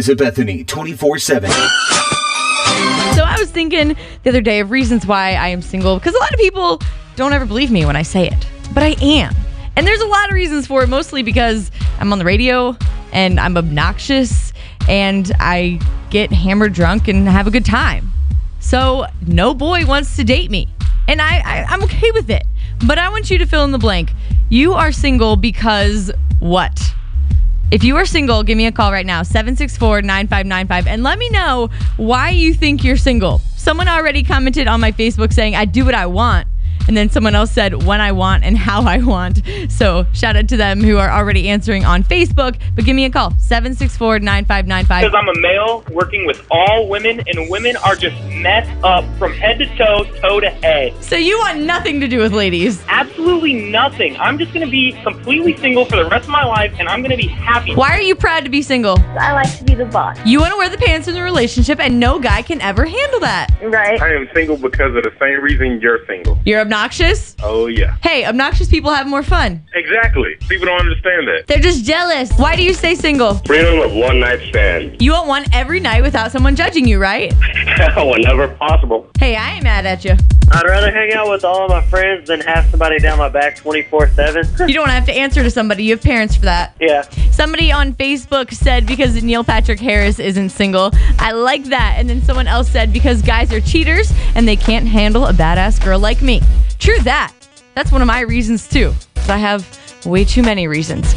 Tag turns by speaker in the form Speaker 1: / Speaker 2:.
Speaker 1: Elizabethany 24 7.
Speaker 2: So I was thinking the other day of reasons why I am single because a lot of people don't ever believe me when I say it, but I am. And there's a lot of reasons for it, mostly because I'm on the radio and I'm obnoxious and I get hammered drunk and have a good time. So no boy wants to date me. And I, I I'm okay with it. But I want you to fill in the blank. You are single because what? If you are single, give me a call right now, 764 9595, and let me know why you think you're single. Someone already commented on my Facebook saying, I do what I want. And then someone else said, when I want and how I want. So shout out to them who are already answering on Facebook, but give me a call, 764 9595.
Speaker 3: because I'm a male working with all women, and women are just messed up from head to toe, toe to head.
Speaker 2: So you want nothing to do with ladies.
Speaker 3: Absolutely nothing. I'm just going to be completely single for the rest of my life, and I'm going to be happy.
Speaker 2: Why are you proud to be single?
Speaker 4: I like to be the boss,
Speaker 2: You want to wear the pants in the relationship, and no guy can ever handle that.
Speaker 4: right?
Speaker 5: I am single because of the same reason you're single.
Speaker 2: You're obnoxious.
Speaker 5: Oh, yeah.
Speaker 2: Hey, obnoxious people have more fun.
Speaker 5: Exactly. People don't understand that.
Speaker 2: They're just jealous. Why do you stay single?
Speaker 5: Freedom of one night stand.
Speaker 2: You want one every night without someone judging you, right?
Speaker 5: Whenever possible.
Speaker 2: Hey, I ain't mad at you.
Speaker 6: I'd rather hang out with all of my friends than have somebody down my back 24 7.
Speaker 2: You don't want to have to answer to somebody. You have parents for that.
Speaker 6: Yeah.
Speaker 2: Somebody on Facebook said because Neil Patrick Harris isn't single. I like that. And then someone else said because guys are cheaters and they can't handle a badass girl like me. True that. That's one of my reasons too. 'Cause I have way too many reasons.